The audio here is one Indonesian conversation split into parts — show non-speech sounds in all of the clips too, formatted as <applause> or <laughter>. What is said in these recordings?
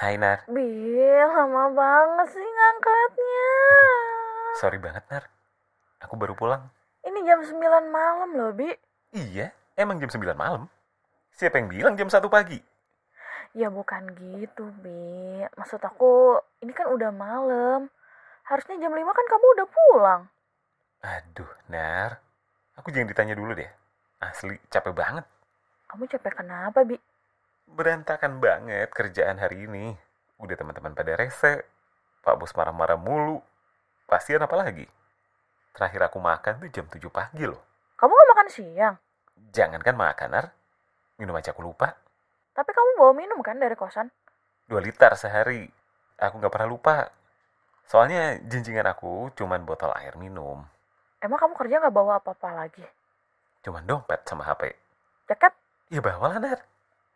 Hai Nar, Bil, lama banget sih ngangkatnya. sorry banget Nar. Aku baru pulang. Ini jam 9 malam loh, Bi. Iya, emang jam 9 malam. Siapa yang bilang jam 1 pagi? Ya bukan gitu, Bi. Maksud aku, ini kan udah malam. Harusnya jam 5 kan kamu udah pulang. Aduh, Nar. Aku jangan ditanya dulu deh. Asli, capek banget. Kamu capek kenapa, Bi? Berantakan banget kerjaan hari ini. Udah teman-teman pada rese. Pak Bos marah-marah mulu. Pastian apa lagi? Terakhir aku makan tuh jam 7 pagi loh. Kamu gak makan siang, Jangankan makan, Nar. Minum aja aku lupa. tapi kamu bawa minum kan dari kosan? 2 liter sehari. Aku nggak pernah lupa. Soalnya jinjingan aku cuman botol air minum. Emang kamu kerja gak bawa apa-apa lagi? Cuman dompet sama HP. Jaket? Ya bawa lah, Nar.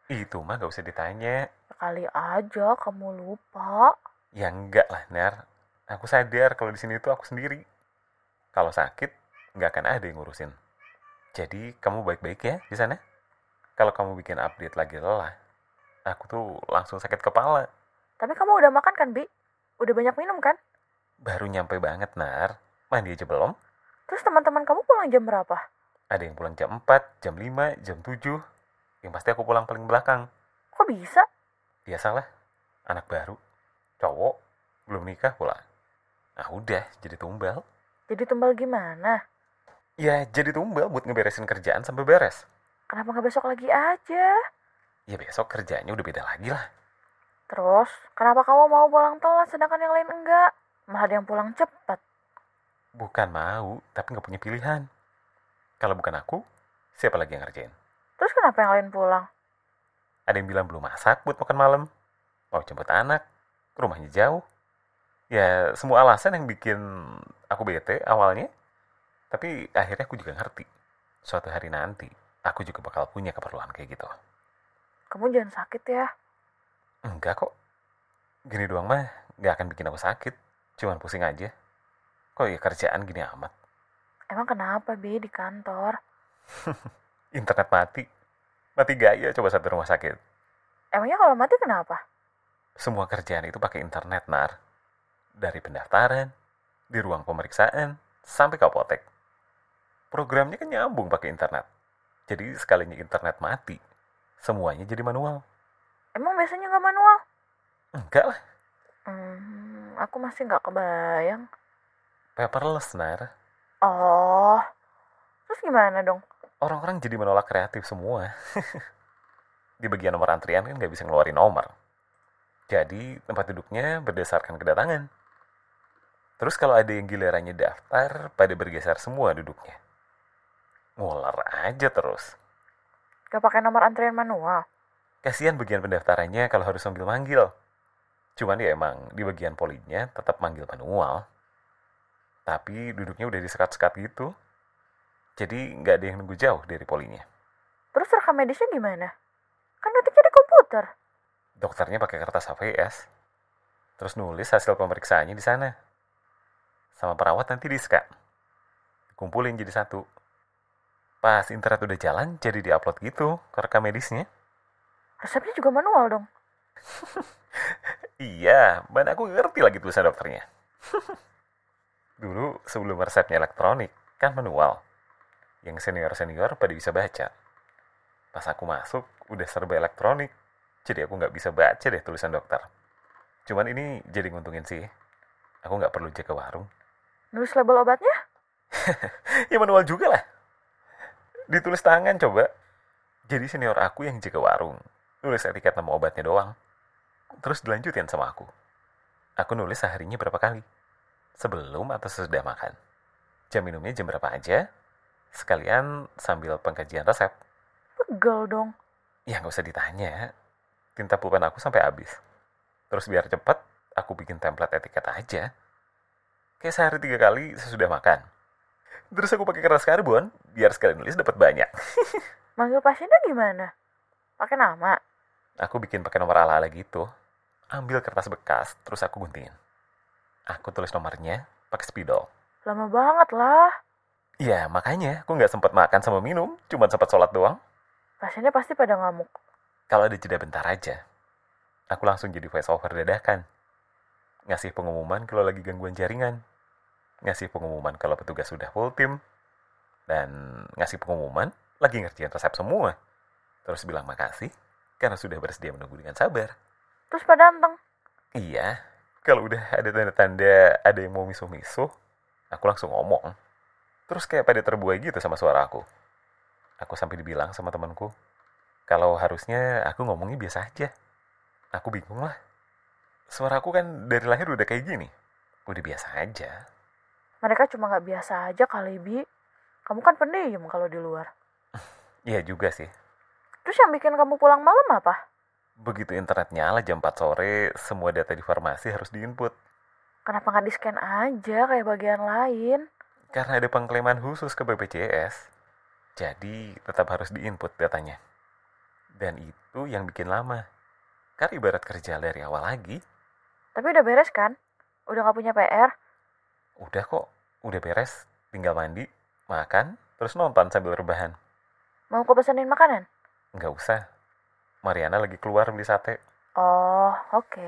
Itu mah nggak usah ditanya. Ya Kali aja kamu lupa. Ya enggak lah, Nar. Aku sadar kalau di sini tuh aku sendiri. Kalau sakit, nggak akan ada yang ngurusin. Jadi, kamu baik-baik ya di sana. Kalau kamu bikin update lagi lelah, aku tuh langsung sakit kepala. Tapi kamu udah makan kan, Bi? Udah banyak minum kan? Baru nyampe banget, Nar. Mandi aja belum? Terus teman-teman kamu pulang jam berapa? Ada yang pulang jam 4, jam 5, jam 7. Yang pasti aku pulang paling belakang. Kok bisa? Biasalah, anak baru, cowok, belum nikah pula. Nah udah, jadi tumbal. Jadi tumbal gimana? Ya, jadi tumbal buat ngeberesin kerjaan sampai beres. Kenapa nggak besok lagi aja? Ya besok kerjanya udah beda lagi lah. Terus, kenapa kamu mau pulang telat sedangkan yang lain enggak? Malah ada yang pulang cepat. Bukan mau, tapi nggak punya pilihan. Kalau bukan aku, siapa lagi yang ngerjain? Terus kenapa yang lain pulang? Ada yang bilang belum masak buat makan malam. Mau jemput anak, rumahnya jauh. Ya, semua alasan yang bikin aku bete awalnya. Tapi akhirnya aku juga ngerti. Suatu hari nanti, aku juga bakal punya keperluan kayak gitu. Kamu jangan sakit ya. Enggak kok. Gini doang mah, nggak akan bikin aku sakit. Cuman pusing aja. Kok ya kerjaan gini amat? Emang kenapa, Bi, di kantor? internet mati. Mati gaya coba satu rumah sakit. Emangnya kalau mati kenapa? Semua kerjaan itu pakai internet, Nar. Dari pendaftaran, di ruang pemeriksaan, sampai ke apotek. Programnya kan nyambung pakai internet. Jadi sekalinya internet mati, semuanya jadi manual. Emang biasanya nggak manual? Enggak lah, Hmm, aku masih nggak kebayang. paperless, Nar. Oh, terus gimana dong? Orang-orang jadi menolak kreatif semua. <laughs> di bagian nomor antrian kan nggak bisa ngeluarin nomor. Jadi tempat duduknya berdasarkan kedatangan. Terus kalau ada yang gilirannya daftar, pada bergeser semua duduknya. Ngular aja terus. Gak pakai nomor antrian manual. Kasihan bagian pendaftarannya kalau harus manggil-manggil. Cuman ya emang di bagian polinya tetap manggil manual. Tapi duduknya udah disekat-sekat gitu. Jadi nggak ada yang nunggu jauh dari polinya. Terus rekam medisnya gimana? Kan ngetiknya di komputer. dokternya pakai kertas HVS. Terus nulis hasil pemeriksaannya di sana. Sama perawat nanti di scan. Kumpulin jadi satu. Pas internet udah jalan, jadi diupload gitu ke rekam medisnya. Resepnya juga manual dong. Iya, mana aku ngerti lagi tulisan dokternya. <laughs> Dulu sebelum resepnya elektronik, kan manual. Yang senior-senior pada bisa baca. Pas aku masuk, udah serba elektronik. Jadi aku nggak bisa baca deh tulisan dokter. Cuman ini jadi nguntungin sih. Aku nggak perlu jaga warung. Nulis label obatnya? Ya manual juga lah. Ditulis tangan coba. Jadi senior aku yang jaga warung. Nulis etiket nama obatnya doang. Terus dilanjutin sama aku. Aku nulis seharinya berapa kali. Sebelum atau sesudah makan. Jam minumnya jam berapa aja. Sekalian sambil pengkajian resep. Pegel dong. Ya nggak usah ditanya. Tinta pulpen aku sampai habis. Terus biar cepat, aku bikin template etiket aja. Kayak sehari tiga kali sesudah makan. Terus aku pakai kertas karbon, biar sekali nulis dapat banyak. Manggil pasiennya gimana? Pakai nama. Aku bikin pakai nomor ala-ala gitu. Ambil kertas bekas, terus aku guntingin. Aku tulis nomornya pakai spidol. Lama banget lah. Ya makanya, aku nggak sempat makan sama minum, cuma sempat sholat doang. Pasiennya pasti pada ngamuk. Kalau ada jeda bentar aja. Aku langsung jadi voiceover dadakan. Ngasih pengumuman kalau lagi gangguan jaringan. Ngasih pengumuman kalau petugas sudah full tim. Dan ngasih pengumuman lagi ngerjain resep semua. Terus bilang makasih karena sudah bersedia menunggu dengan sabar. Terus pada anteng. Iya, kalau udah ada tanda-tanda ada yang mau misuh-misuh, aku langsung ngomong. Terus kayak pada terbuai gitu sama suara aku. Aku sampai dibilang sama temanku, kalau harusnya aku ngomongnya biasa aja. Aku bingung lah. Suara aku kan dari lahir udah kayak gini. Udah biasa aja. Mereka cuma nggak biasa aja kali, Bi. Kamu kan pendiam kalau di luar. Iya juga sih. Terus yang bikin kamu pulang malam apa? Begitu internet nyala jam 4 sore, semua data di farmasi harus diinput. Kenapa nggak di-scan aja kayak bagian lain? Karena ada pengklaiman khusus ke BPJS. Jadi tetap harus diinput datanya. Dan itu yang bikin lama. Karena ibarat kerja dari awal lagi, Tapi udah beres kan? Udah nggak punya PR? udah kok, udah beres, tinggal mandi, makan, terus nonton sambil rebahan. Mau aku pesenin makanan? Nggak usah. Mariana lagi keluar beli sate. Oh, oke.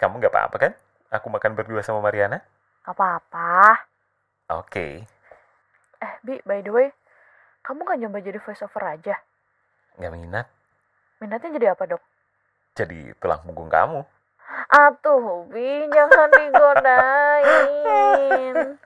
Kamu nggak apa-apa kan? Aku makan berdua sama Mariana? Gak apa-apa. Oke, Eh, Bi, by the way, kamu nggak nyoba jadi voiceover aja? nggak minat. Minatnya jadi apa, dok? Jadi tulang punggung kamu. Atuh, Bi, jangan digodain.